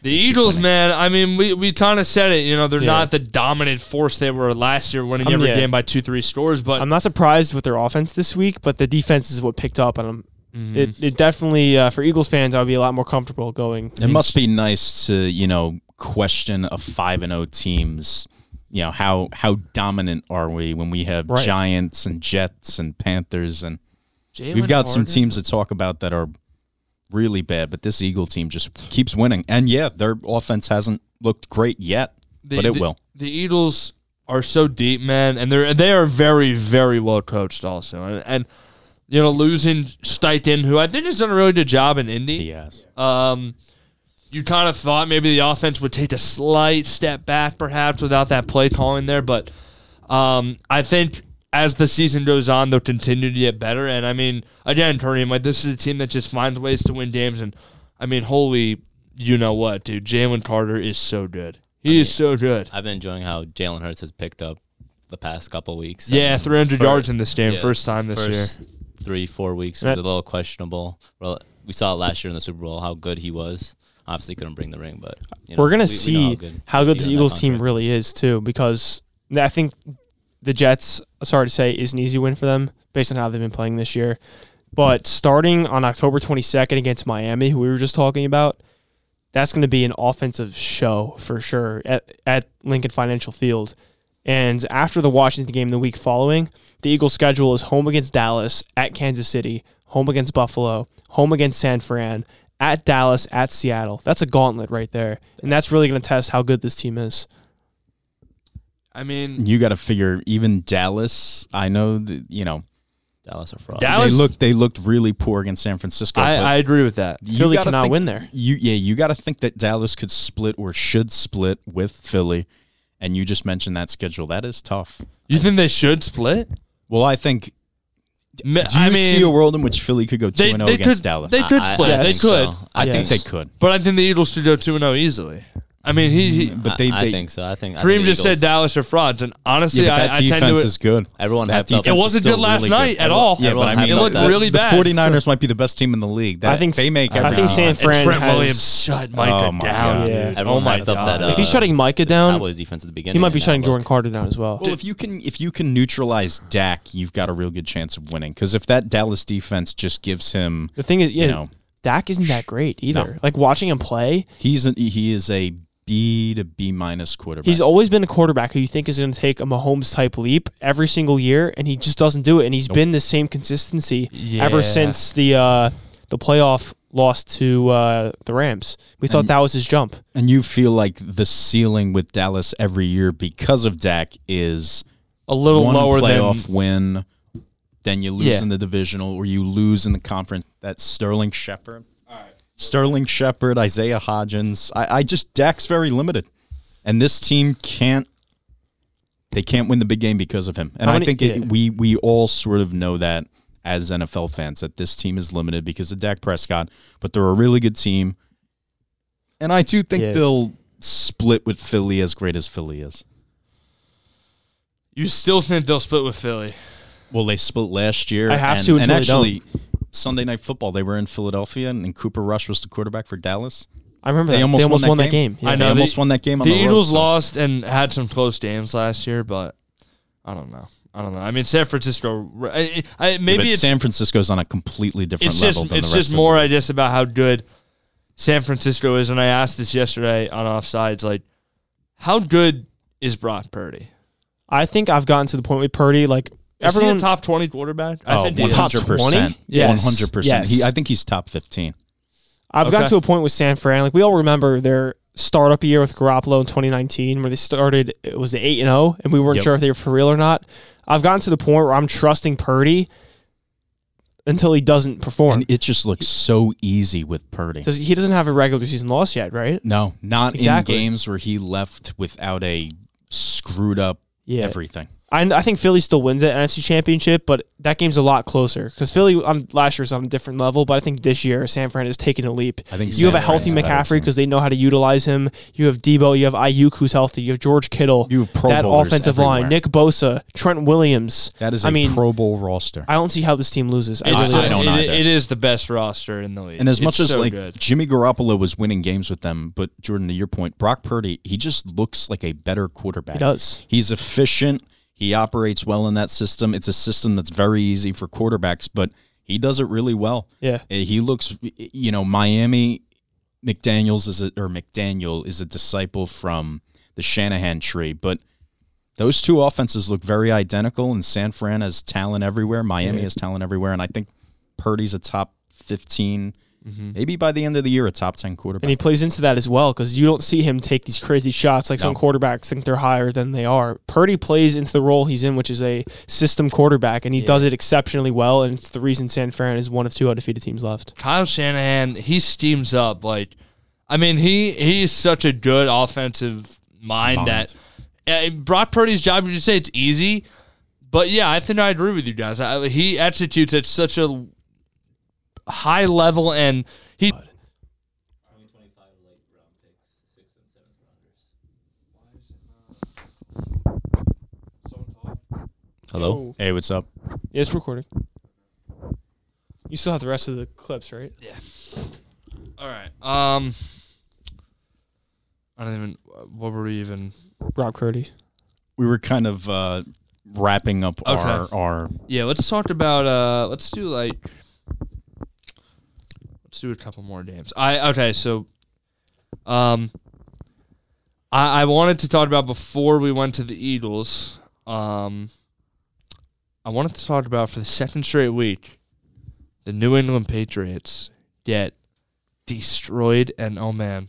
D: The Eagles, man. I mean, we, we kind of said it. You know, they're
A: Yeah.
D: not the dominant force they were last year, winning
A: Um,
D: every
A: yeah.
D: game by two, three scores. But
C: Um,
A: I'm not surprised with their offense this week, but the defense is what picked up, and I'm,
C: Mm-hmm.
A: it, it definitely uh, for Eagles fans, I would be a lot more comfortable going.
C: It must be nice to you know question a five and O teams. You know how how dominant are we when we have
A: Right.
C: Giants and Jets and Panthers and we've got some teams to talk about that are really bad, but this Eagle team just keeps winning. And yeah, their offense hasn't looked great yet,
D: the,
C: but it
D: the-
C: will.
D: The Eagles are so deep, man, and they're they are very, very well coached also. And, and you know, losing Steichen, who I think has done a really good job in Indy.
C: Yes.
D: Um, you kind of thought maybe the offense would take a slight step back, perhaps, without that play calling there. But um, I think as the season goes on, they'll continue to get better. And I mean, again, Kareem, like this is a team that just finds ways to win games. And I mean, holy, you know what, dude? Jalen Carter is so good. He is so good.
B: I've been enjoying how Jalen Hurts has picked up the past couple weeks.
D: yeah,
B: And
D: 300
B: for-
D: yards in this game,
B: yeah,
D: first time this
B: first
D: year.
B: Three four weeks
A: Yeah.
B: was a little questionable. Well, we saw it last year in the Super Bowl how good he was. Obviously, couldn't bring the ring, but you know,
A: We're gonna
B: we- we know
A: see how good,
B: he's on that
A: the Eagles team
B: contract.
A: really is too, because I think the Jets, sorry to say, is an easy win for them based on how they've been playing this year. But starting on October 22nd against Miami, who we were just talking about, that's going to be an offensive show for sure at, at Lincoln Financial Field. And after the Washington game the week following, the Eagles' schedule is home against Dallas, at Kansas City, home against Buffalo, home against San Fran, at Dallas, at Seattle. That's a gauntlet right there. And that's really going to test how good this team is.
D: I mean,
C: You got to figure even Dallas. I know that you know
B: Dallas are fraud.
D: Dallas-
C: they looked they looked really poor against San Francisco.
D: I,
C: but
D: I agree with that.
C: you
A: Philly
C: gotta
A: cannot
C: think-
A: win there.
C: You yeah, you got to think that Dallas could split or should split with Philly, and you just mentioned that schedule. That is tough.
D: You think they should split?
C: Well, I think.
D: Do
C: Do you see a world in which Philly could go two
D: they,
C: and zero
D: they
C: against
D: could,
C: Dallas?
D: They could split.
A: I
D: they
A: think
D: could.
B: So.
C: I
A: Yes.
C: think they could,
D: But I think the Eagles should go 2 0 easily. I mean, he, he
C: but
B: I-
C: they.
B: I,
C: they
B: think so. I think I think
D: Kareem
B: the
D: just
B: Eagles-
D: said Dallas are frauds, and honestly,
C: yeah, but
D: I,
C: that
D: I
C: defense
D: tend to.
C: is good.
B: Everyone
C: That
B: hyped up.
C: defense
D: it wasn't
C: is still
D: good last
C: really
D: night at
C: Everyone-
D: all.
C: Yeah, but I
B: Everyone
C: mean,
B: hyped
D: it looked
B: that-
D: really
C: the
D: bad.
C: 49ers might be the best team in the league. That,
A: I think-
C: they make.
A: I
C: Every
A: think San
C: offense.
A: Fran
D: Trent
A: has-
D: Williams shut Micah
C: Oh my
D: down.
C: God.
A: Yeah.
D: Dude.
B: Everyone
D: oh my
B: hyped up
D: god!
B: that, uh,
A: if he's shutting
B: the
A: Micah down,
B: Cowboys defense at the beginning.
A: he might be
B: and now
A: shutting
B: look.
A: Jordan Carter down as well.
C: Well, if you can if you can neutralize Dak, you've got a real good chance of winning. Because if that Dallas defense just gives him,
A: The thing is, yeah,
C: you know,
A: Dak isn't that great either. Like watching him play,
C: he's an, he is a B to B minus quarterback.
A: He's always been a quarterback who you think is going to take a Mahomes type leap every single year, and he just doesn't do it. And he's been the same consistency
D: Yeah.
A: ever since the uh, the playoff loss to uh, the Rams. We thought that was his jump.
C: and you feel like the ceiling with Dallas every year because of Dak is
D: a little
C: one
D: lower than
C: playoff win, then you lose
D: Yeah.
C: in the divisional or you lose in the conference. That's Sterling Shepard. Sterling Shepard, Isaiah Hodgins. I, I just Dak's very limited, and this team can't. They can't win the big game because of him, and
A: How
C: I
A: many-
C: think it,
A: yeah.
C: we we all sort of know that as NFL fans that this team is limited because of Dak Prescott, but they're a really good team, and I do think
A: Yeah.
C: they'll split with Philly as great as Philly is.
D: You still think they'll split with Philly?
C: Well, they split last year.
A: I have
C: and,
A: to
C: and
A: until they
C: actually, Sunday night football, they were in Philadelphia, and, and Cooper Rush was the quarterback for Dallas.
A: I remember
C: They
A: that.
C: almost
A: they
C: won
A: almost
C: that
A: won that
C: game.
A: game.
D: I
A: Yeah.
D: know,
C: they
D: the-
C: almost won that game on
D: the
C: the road,
D: Eagles
C: so-
D: lost and had some close games last year, but I don't know. I don't know. I mean, San Francisco. I, I,
C: Yeah,
D: maybe
C: but
D: it's
C: San Francisco's on a completely different
D: it's
C: level
D: just
C: than
D: it's
C: the rest
D: just
C: of
D: more I guess about how good San Francisco is. And I asked this yesterday on offsides, like, how good is Brock Purdy?
A: I think I've gotten to the point with Purdy. Like
D: Is he a
A: everyone,
D: top twenty quarterback?
C: Oh,
D: I think he is.
A: top
C: 100%.
A: 20? Yes.
C: 100%. He, I think he's top 15.
A: I've gotten
D: Okay.
A: to a point with San Fran. Like we all remember their startup year with Garoppolo in 2019, where they started it was the eight and zero, and we weren't
C: Yep.
A: sure if they were for real or not. I've gotten to the point where I'm trusting Purdy until he doesn't perform.
C: And it just looks so easy with Purdy.
A: Does- he doesn't have a regular season loss yet, right?
C: No, not
A: Exactly.
C: in games where he left without a screwed up
A: Yeah.
C: everything.
A: I, I think Philly still wins the NFC Championship, but that game's a lot closer because Philly on last year's on a different level. But I think this year San Fran has taken a leap.
C: I think
A: you have a
C: San
A: healthy
C: Fran's a better
A: McCaffrey
C: team.
A: because they know how to utilize him. You have Debo. You have Ayuk who's healthy. You have George Kittle.
C: You have Pro
A: that
C: Bowlers
A: offensive line.
C: everywhere.
A: Nick Bosa, Trent Williams.
C: That is a
A: I mean,
C: Pro Bowl roster.
A: I don't see how this team loses. I
D: It's-
A: really
C: I
A: don't.
C: don't
D: it-
C: either.
D: it is the best roster in the league.
C: And as much as
D: It's so
C: like
D: good.
C: Jimmy Garoppolo was winning games with them, but Jordan, to your point, Brock Purdy, he just looks like a better quarterback.
A: He does.
C: He's efficient. He operates well in that system. It's a system that's very easy for quarterbacks, but he does it really well.
A: Yeah.
C: Uh, He looks, you know, Miami McDaniels is a, or McDaniel is a disciple from the Shanahan tree, but those two offenses look very identical, and San Fran has talent everywhere. Miami has talent everywhere, and I think Purdy's a top 15,
D: Mm-hmm.
C: maybe by the end of the year, a top 10 quarterback.
A: And he plays into that as well because you don't see him take these crazy shots like some
C: No.
A: quarterbacks think they're higher than they are. Purdy plays into the role he's in, which is a system quarterback, and he does it exceptionally well. And it's the reason San Fran is one of two undefeated teams left.
D: Kyle Shanahan, he steams up. Like, I mean, he he's such a good offensive mind that uh, Brock Purdy's job. You say it's easy, but yeah, I think I agree with you guys. I, he executes at such a high level, and he.
B: Hello.
C: hey, what's up?
A: Yeah, it's recording. You still have the rest of the clips, right?
D: All right. Um, I don't even. What were we even?
A: Rob Purdy.
C: We were kind of uh, wrapping up our, our
D: Yeah, let's talk about uh let's do like let's do a couple more games. I okay, so um I I wanted to talk about before we went to the Eagles. Um I wanted to talk about for the second straight week the New England Patriots get destroyed and oh man,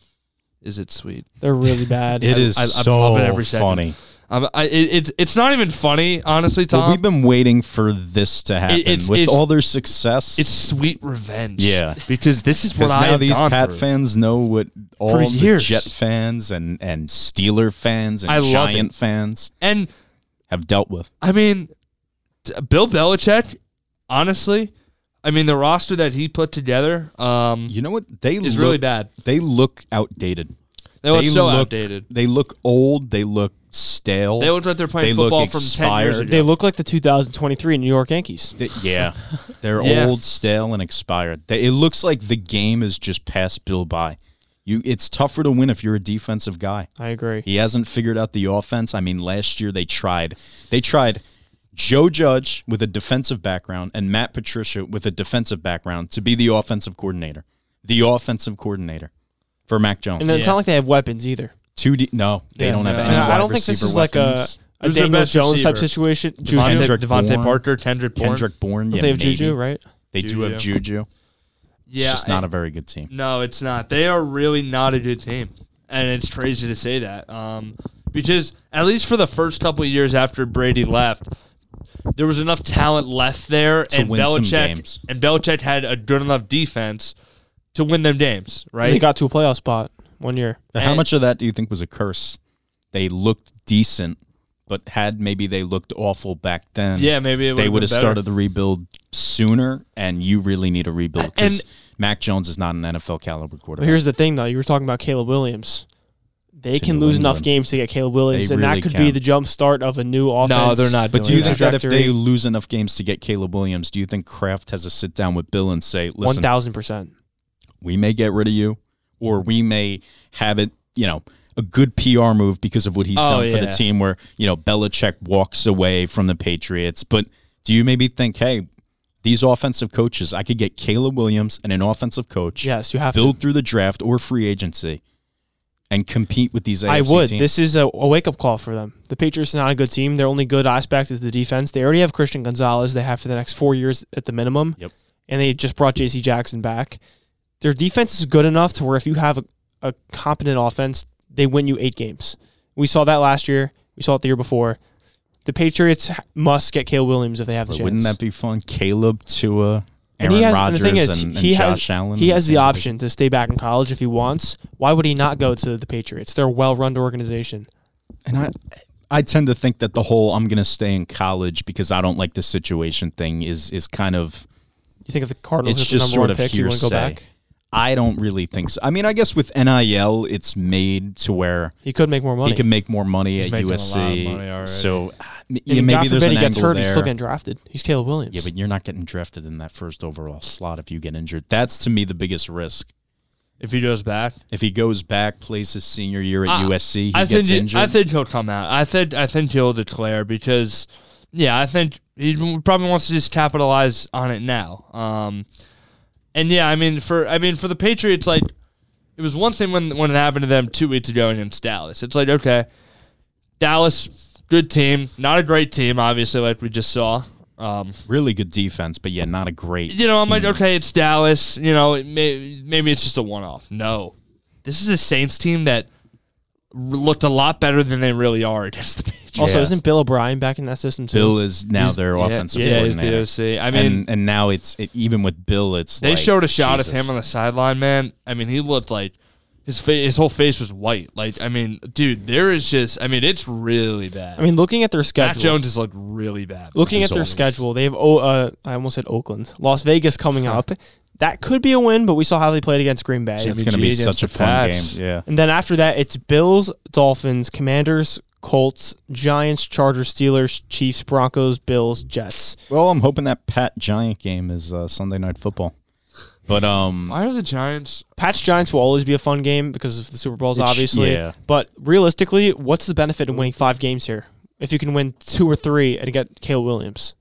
D: is it sweet.
A: They're really bad.
C: It is
D: I- I
C: so
D: love it every second.
C: funny.
D: Um, I, it, it's it's not even funny, honestly,
C: Well,
D: Tom.
C: we've been waiting for this to happen
D: it's-
C: with
D: it's-
C: all their success.
D: it's sweet revenge.
C: Yeah.
D: Because this is what
C: because
D: I
C: now
D: have
C: these
D: gone
C: Pat
D: through.
C: fans know what all
D: For
C: the
D: years.
C: Jet fans and and Steeler fans and
D: I love
C: Giant
D: it.
C: fans
D: And
C: have dealt with.
D: I mean, t- Bill Belichick, honestly, I mean the roster that he put together um,
C: You know what they
D: is
C: look,
D: really bad.
C: They look outdated.
D: They look Oh, so
C: look-
D: outdated.
C: They look old. They look stale.
D: They look like they're playing
C: They look
D: football from ten years
C: expired.
D: ago.
A: They look like the 2023 New York Yankees.
C: They- yeah, they're
D: Yeah.
C: old, stale, and expired. They, it looks like the game is just passed Bill by. You, it's tougher to win if you're a defensive guy.
A: I agree.
C: He hasn't figured out the offense. I mean, last year they tried. They tried Joe Judge with a defensive background and Matt Patricia with a defensive background to be the offensive coordinator. The offensive coordinator for Mac Jones.
A: And it's
D: Yeah.
A: not like they have weapons either.
C: Two D. No, they
A: Yeah,
C: don't have
D: no.
C: any.
A: And I
C: wide
A: don't think this
C: receiver
A: is like a,
C: weapons.
A: a
D: Who's their
A: Daniel
D: best
A: Jones type
D: receiver?
A: situation. Juju.
C: Devontae-
A: Don't
C: Kendrick
D: Devontae
C: Bourne.
D: Parker, Kendrick Bourne.
C: Kendrick Bourne. Yeah,
A: they have
C: maybe.
A: Juju, right?
C: They do have
D: Juju.
C: Juju.
D: Yeah,
C: it's just not a very good team.
D: No, it's not. They are really not a good team, and it's crazy to say that. Um, because at least for the first couple of years after Brady left, there was enough talent left there, and
C: win some
D: Belichick
C: games.
D: and Belichick had a good enough defense to win them games, right?
A: They got to a playoff spot one year.
C: How
D: And-
C: much of that do you think was a curse? They looked decent, but had maybe they looked awful back then.
D: yeah, maybe it
C: they would have
D: been better.
C: started the rebuild sooner, and you really need a rebuild because
D: And-
C: Mac Jones is not an NFL caliber
A: But
C: quarterback.
A: here's the thing, though. You were talking about Caleb Williams.
C: To
A: They can
C: New
A: lose enough
C: England.
A: games to get Caleb Williams,
C: They
A: and
C: really
A: that could be
C: can.
A: the jump start of a new offense.
D: No, they're not.
C: but
D: doing
C: do you
D: that.
C: think that if they
A: Trajectory.
C: lose enough games to get Caleb Williams, do you think Kraft has to sit down with Bill and say,
A: One
C: "Listen,
A: thousand percent.
C: we may get rid of you, or we may have it, you know, a good PR move because of what he's
D: Oh,
C: done for the
D: yeah.
C: team where, you know, Belichick walks away from the Patriots. But do you maybe think, hey, these offensive coaches, I could get Caleb Williams and an offensive coach,
A: Yes, you have
C: build
A: to.
C: through the draft or free agency, and compete with these AFC
A: I would.
C: teams?
A: This is a, a wake up call for them. The Patriots are not a good team. Their only good aspect is the defense. They already have Christian Gonzalez. They have for the next four years at the minimum.
C: Yep.
A: And they just brought J.C. Jackson back. Their defense is good enough to where if you have a, a competent offense, they win you eight games. We saw that last year. We saw it the year before. The Patriots ha- must get Caleb Williams if they have the
C: But
A: chance.
C: wouldn't that be fun? Caleb Tua,
A: And
C: Aaron
A: he has- and
C: Rodgers,
A: the
C: and,
A: thing is,
C: and
A: he has-
C: Josh Allen.
A: He
C: in
A: has
C: same
A: the
C: division?
A: option to stay back in college if he wants. Why would he not go to the Patriots? They're a well-run organization.
C: And I, I tend to think that the whole "I'm going to stay in college because I don't like the situation" thing is is kind of
A: You think if the Cardinals
C: It's
A: are the
C: just
A: number
C: sort
A: one
C: of
A: pick, you want to go
C: hearsay.
A: back?
C: I don't really think so. I mean, I guess with NIL, it's made to where
A: He could make more money.
C: he can make more money
D: He's
C: at
D: making a lot of
C: USC.
D: money already.
C: so ah, m-
A: And
C: yeah,
A: God
C: maybe
A: forbid
C: there's an
A: he gets
C: angle
A: hurt, he's still
C: there.
A: getting drafted. He's Caleb Williams.
C: Yeah, but you're not getting drafted in that first overall slot if you get injured. That's to me the biggest risk.
D: if he goes back,
C: If he goes back, plays his senior year at
D: Ah,
C: USC, he
D: I
C: gets
D: think
C: injured.
D: I think he'll come out. I think I think he'll declare because yeah, I think he probably wants to just capitalize on it now. Um, and yeah, I mean for I mean for the Patriots, like it was one thing when when it happened to them two weeks ago against Dallas. It's like okay, Dallas, good team, not a great team, obviously, like we just saw. Um,
C: really good defense, but yeah, not a great.
D: you know, I'm like,
C: team.
D: okay, it's Dallas. You know, it may, maybe it's just a one off. No, this is a Saints team that r- looked a lot better than they really are against the Patriots.
A: also,
C: Yeah.
A: isn't Bill O'Brien back in that system too?
C: Bill is now
D: He's-
C: their
D: yeah,
C: offensive
D: yeah, he's
C: coordinator.
D: the OC. I mean,
C: and, and now it's it, even with Bill, it's
D: they
C: like,
D: showed a shot of
C: Jesus.
D: him on the sideline, man. I mean, he looked like his fa- his whole face was white. Like, I mean, dude, there is just, I mean, it's really bad.
A: I mean, looking at their
D: Mac
A: schedule,
D: Jones has looked really bad.
A: looking at
D: He's
A: their
D: always-
A: schedule, they have oh, uh, I almost said Oakland, Las Vegas coming up. That could be a win, but we saw how they played against Green Bay.
C: It's going to be
D: against
C: such
D: the
C: a fun
D: Pats.
C: game. Yeah.
A: And then after that, it's Bills, Dolphins, Commanders, Colts, Giants, Chargers, Steelers, Chiefs, Broncos, Bills, Jets.
C: Well, I'm hoping that Pat Giant game is uh, Sunday night football. But um,
D: Why are the Giants?
A: Pats Giants will always be a fun game because of the Super Bowls,
C: It's-
A: obviously.
C: yeah.
A: But realistically, what's the benefit in winning five games here if you can win two or three and get Caleb Williams?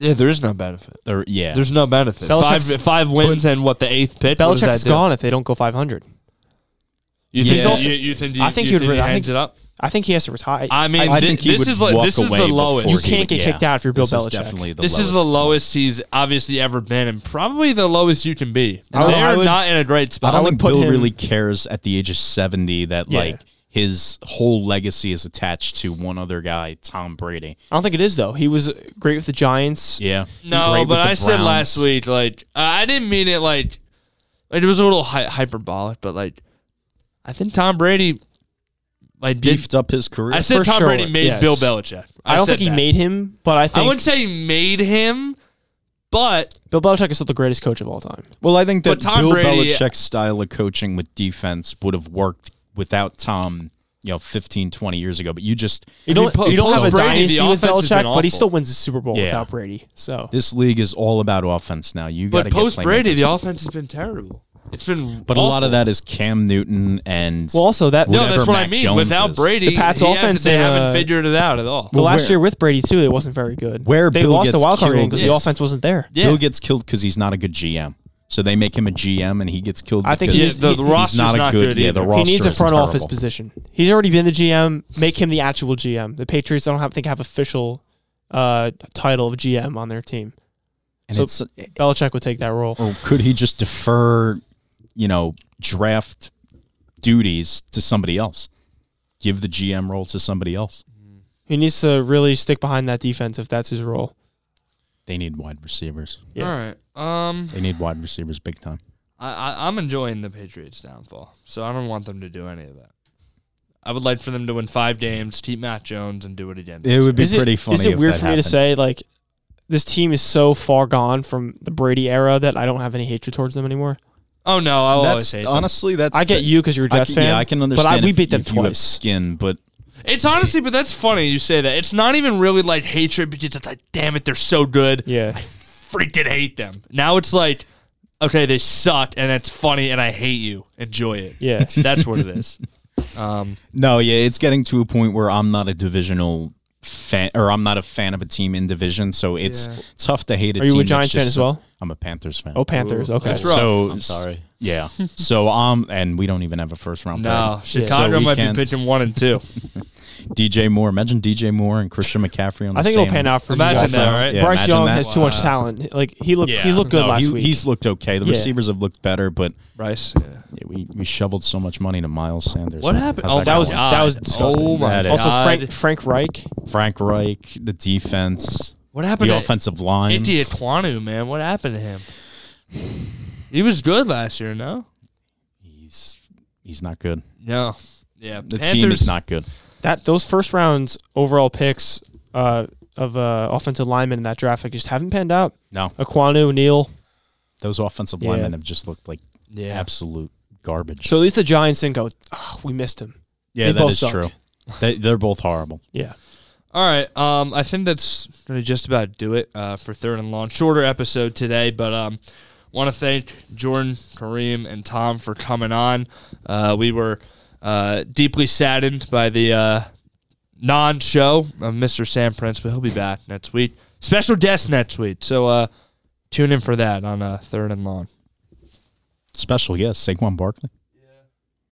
D: Yeah, there is no benefit.
C: there, yeah,
D: There's no benefit.
A: Belichick's-
D: five five wins and what the eighth pick. What does that
A: Belichick's
D: do?
A: gone if they don't go 500.
D: You
C: Yeah.
D: think,
C: He's also-
D: you, you think
A: I think
D: you
A: he'd re- I
D: hands
A: think-
D: it up?
A: I think he has to retire.
D: I mean,
C: I
D: thi-
C: think he
D: this
C: would
D: is like
C: walk
D: this is
C: away
D: the
C: before
D: lowest.
C: he
A: You can't
C: would-
A: get
C: yeah.
A: kicked out if you're Bill
C: This is
A: Belichick.
C: definitely the
D: This
C: lowest.
D: is the lowest he's obviously ever been, and probably the lowest you can be.
A: I would-
D: They're
A: I would-
D: not in a great
C: I
D: spot.
C: don't
A: would
C: think
A: put
C: Bill
A: him-
C: really cares at the age of 70 that
A: Yeah.
C: like his whole legacy is attached to one other guy, Tom Brady.
A: I don't think it is though. He was great with the Giants.
C: Yeah.
D: no, but I said last week, like uh, I didn't mean it like, like it was a little hy- hyperbolic, but like I think Tom Brady, like did,
C: beefed up his career.
D: I said
A: for
D: Tom
A: sure,
D: Brady made
A: yes.
D: Bill Belichick.
A: I, don't
D: said
A: think he
D: that.
A: made him, but I
D: I
A: think
D: wouldn't say he made him, but
A: Bill Belichick is still the greatest coach of all time.
C: Well, I think that
D: But Tom
C: Bill
D: Brady-
C: Belichick's style of coaching with defense would have worked without Tom, you know, 15, 20 years ago. But you just
A: You
D: mean,
A: don't,
D: Paul-
A: you don't
D: Paul
A: have a
D: Brady, the
A: dynasty with
D: offense has
A: Belichick,
D: been
A: but he
D: awful.
A: still wins the Super Bowl
C: Yeah.
A: without Brady. So
C: this league is all about offense now. You got
D: but
C: to get
D: post Brady,
C: playmakers.
D: the offense has been terrible. It's been
C: But a lot
D: awful.
C: of that is Cam Newton and
A: well, also that
D: No,
C: whatever
D: that's what I
C: Mac
D: mean.
C: Jones
D: Without
C: is.
D: Brady,
A: The Pats
D: he hasn't-
A: offense
D: they
A: in,
D: haven't
A: uh,
D: figured it out at all.
A: the
C: Well,
A: last
C: where-
A: year with Brady too, it wasn't very good.
C: Where
A: they
C: Bill
A: lost the
C: gets
A: wild card game
C: killed
A: because the
C: is-
A: offense wasn't there.
D: yeah.
C: Bill gets killed because he's not a good GM. So they make him a GM, and he gets killed.
A: I think
C: because
A: he's- Yeah, the- the
C: he's
D: roster's
C: not a
D: not
C: good.
D: good
C: yeah, the
D: either.
C: roster
A: he needs a
C: is
A: front office
C: terrible.
A: position. He's already been the GM. Make him the actual GM. The Patriots don't have, think have official uh, title of GM on their team.
C: And
A: So-
C: it's,
A: Belichick would take that role.
C: or could he just defer, you know, draft duties to somebody else? Give the GM role to somebody else.
A: He needs to really stick behind that defense if that's his role.
C: They need wide receivers.
A: Yeah.
D: All right. Um,
C: They need wide receivers big time.
D: I, I, I'm enjoying the Patriots' downfall, so I don't want them to do any of that. I would like for them to win five games, keep Matt Jones, and do it again.
C: It would be
A: Is it-
C: pretty funny.
A: Is it
C: if
A: weird
C: that
A: for me
C: happened.
A: to say like this team is so far gone from the Brady era that I don't have any hatred towards them anymore?
D: Oh no, I'll always
C: That's
D: hate them.
C: honestly that's.
A: I get
C: the-
A: you because you're a
C: I
A: Jets
C: can,
A: fan.
C: Yeah, I can
A: But
C: understand.
A: I, we
C: if-
A: beat them
C: if You have
A: twice.
C: skin, but
D: It's honestly, but that's funny you say that. It's not even really like hatred because it's like, damn it, they're so good.
A: Yeah,
D: Freaking hate them. Now it's like, okay, they suck, and that's funny, and I hate you. Enjoy it.
A: yeah.
D: That's what it is. Um,
C: No, yeah, it's getting to a point where I'm not a divisional fan, or I'm not a fan of a team in division, so it's
D: Yeah.
C: tough to hate a
A: Are
C: team.
A: you a
C: that's
A: Giants fan
C: just
A: as
C: so-
A: well?
C: I'm a Panthers fan.
A: Oh, Panthers.
D: Ooh,
A: Okay.
D: that's rough.
C: So
B: I'm sorry.
C: Yeah. so um, and we don't even have a first round.
D: no,
C: pick.
D: Chicago
C: So we
D: might
C: can't-
D: be picking one and two.
C: DJ Moore. Imagine DJ Moore and Christian McCaffrey on the
A: I think
C: same.
A: it'll pan out for you
D: Imagine
A: guys.
D: that, right?
C: Yeah,
A: Bryce
C: imagine
A: Young
C: that.
A: has too much
D: Wow.
A: talent. Like he looked,
D: Yeah.
A: he's looked good
C: No,
A: last
C: Oh, he-
A: week.
C: He's looked okay. The
A: Yeah.
C: receivers have looked better, but
D: Bryce.
C: yeah, we, we shoveled so much money to Miles Sanders.
D: What happened?
C: How's
D: Oh,
A: that was
C: going?
A: that was
D: God.
A: disgusting.
D: Oh my
C: That is-
A: Also,
D: God.
A: Frank Frank Reich.
C: Frank Reich, the defense,
D: What happened?
C: the
D: to
C: offensive line.
D: India Kwanu, man, what happened to him? He was good last year, no?
C: He's he's not good.
D: No. Yeah,
C: The team is not good.
A: That those first rounds overall picks uh, of uh, offensive linemen in that draft like, just haven't panned out.
C: No,
A: Aquanu, Neal.
C: those offensive
A: Yeah.
C: linemen have just looked like
D: Yeah,
C: absolute garbage.
A: So at least the Giants didn't go. Oh, we missed him.
C: yeah,
A: they
C: that
A: both
C: is
A: suck.
C: true. They, they're both horrible.
A: Yeah.
D: All right. Um, I think that's gonna just about do it uh, for third and long. Shorter episode today, but um, want to thank Jordan, Kareem, and Tom for coming on. Uh, we were uh, deeply saddened by the uh, non-show of Mr. Sam Prince, but he'll be back next week. Special guest next week, so uh, tune in for that on uh, third and long.
C: Special, yes, Saquon Barkley.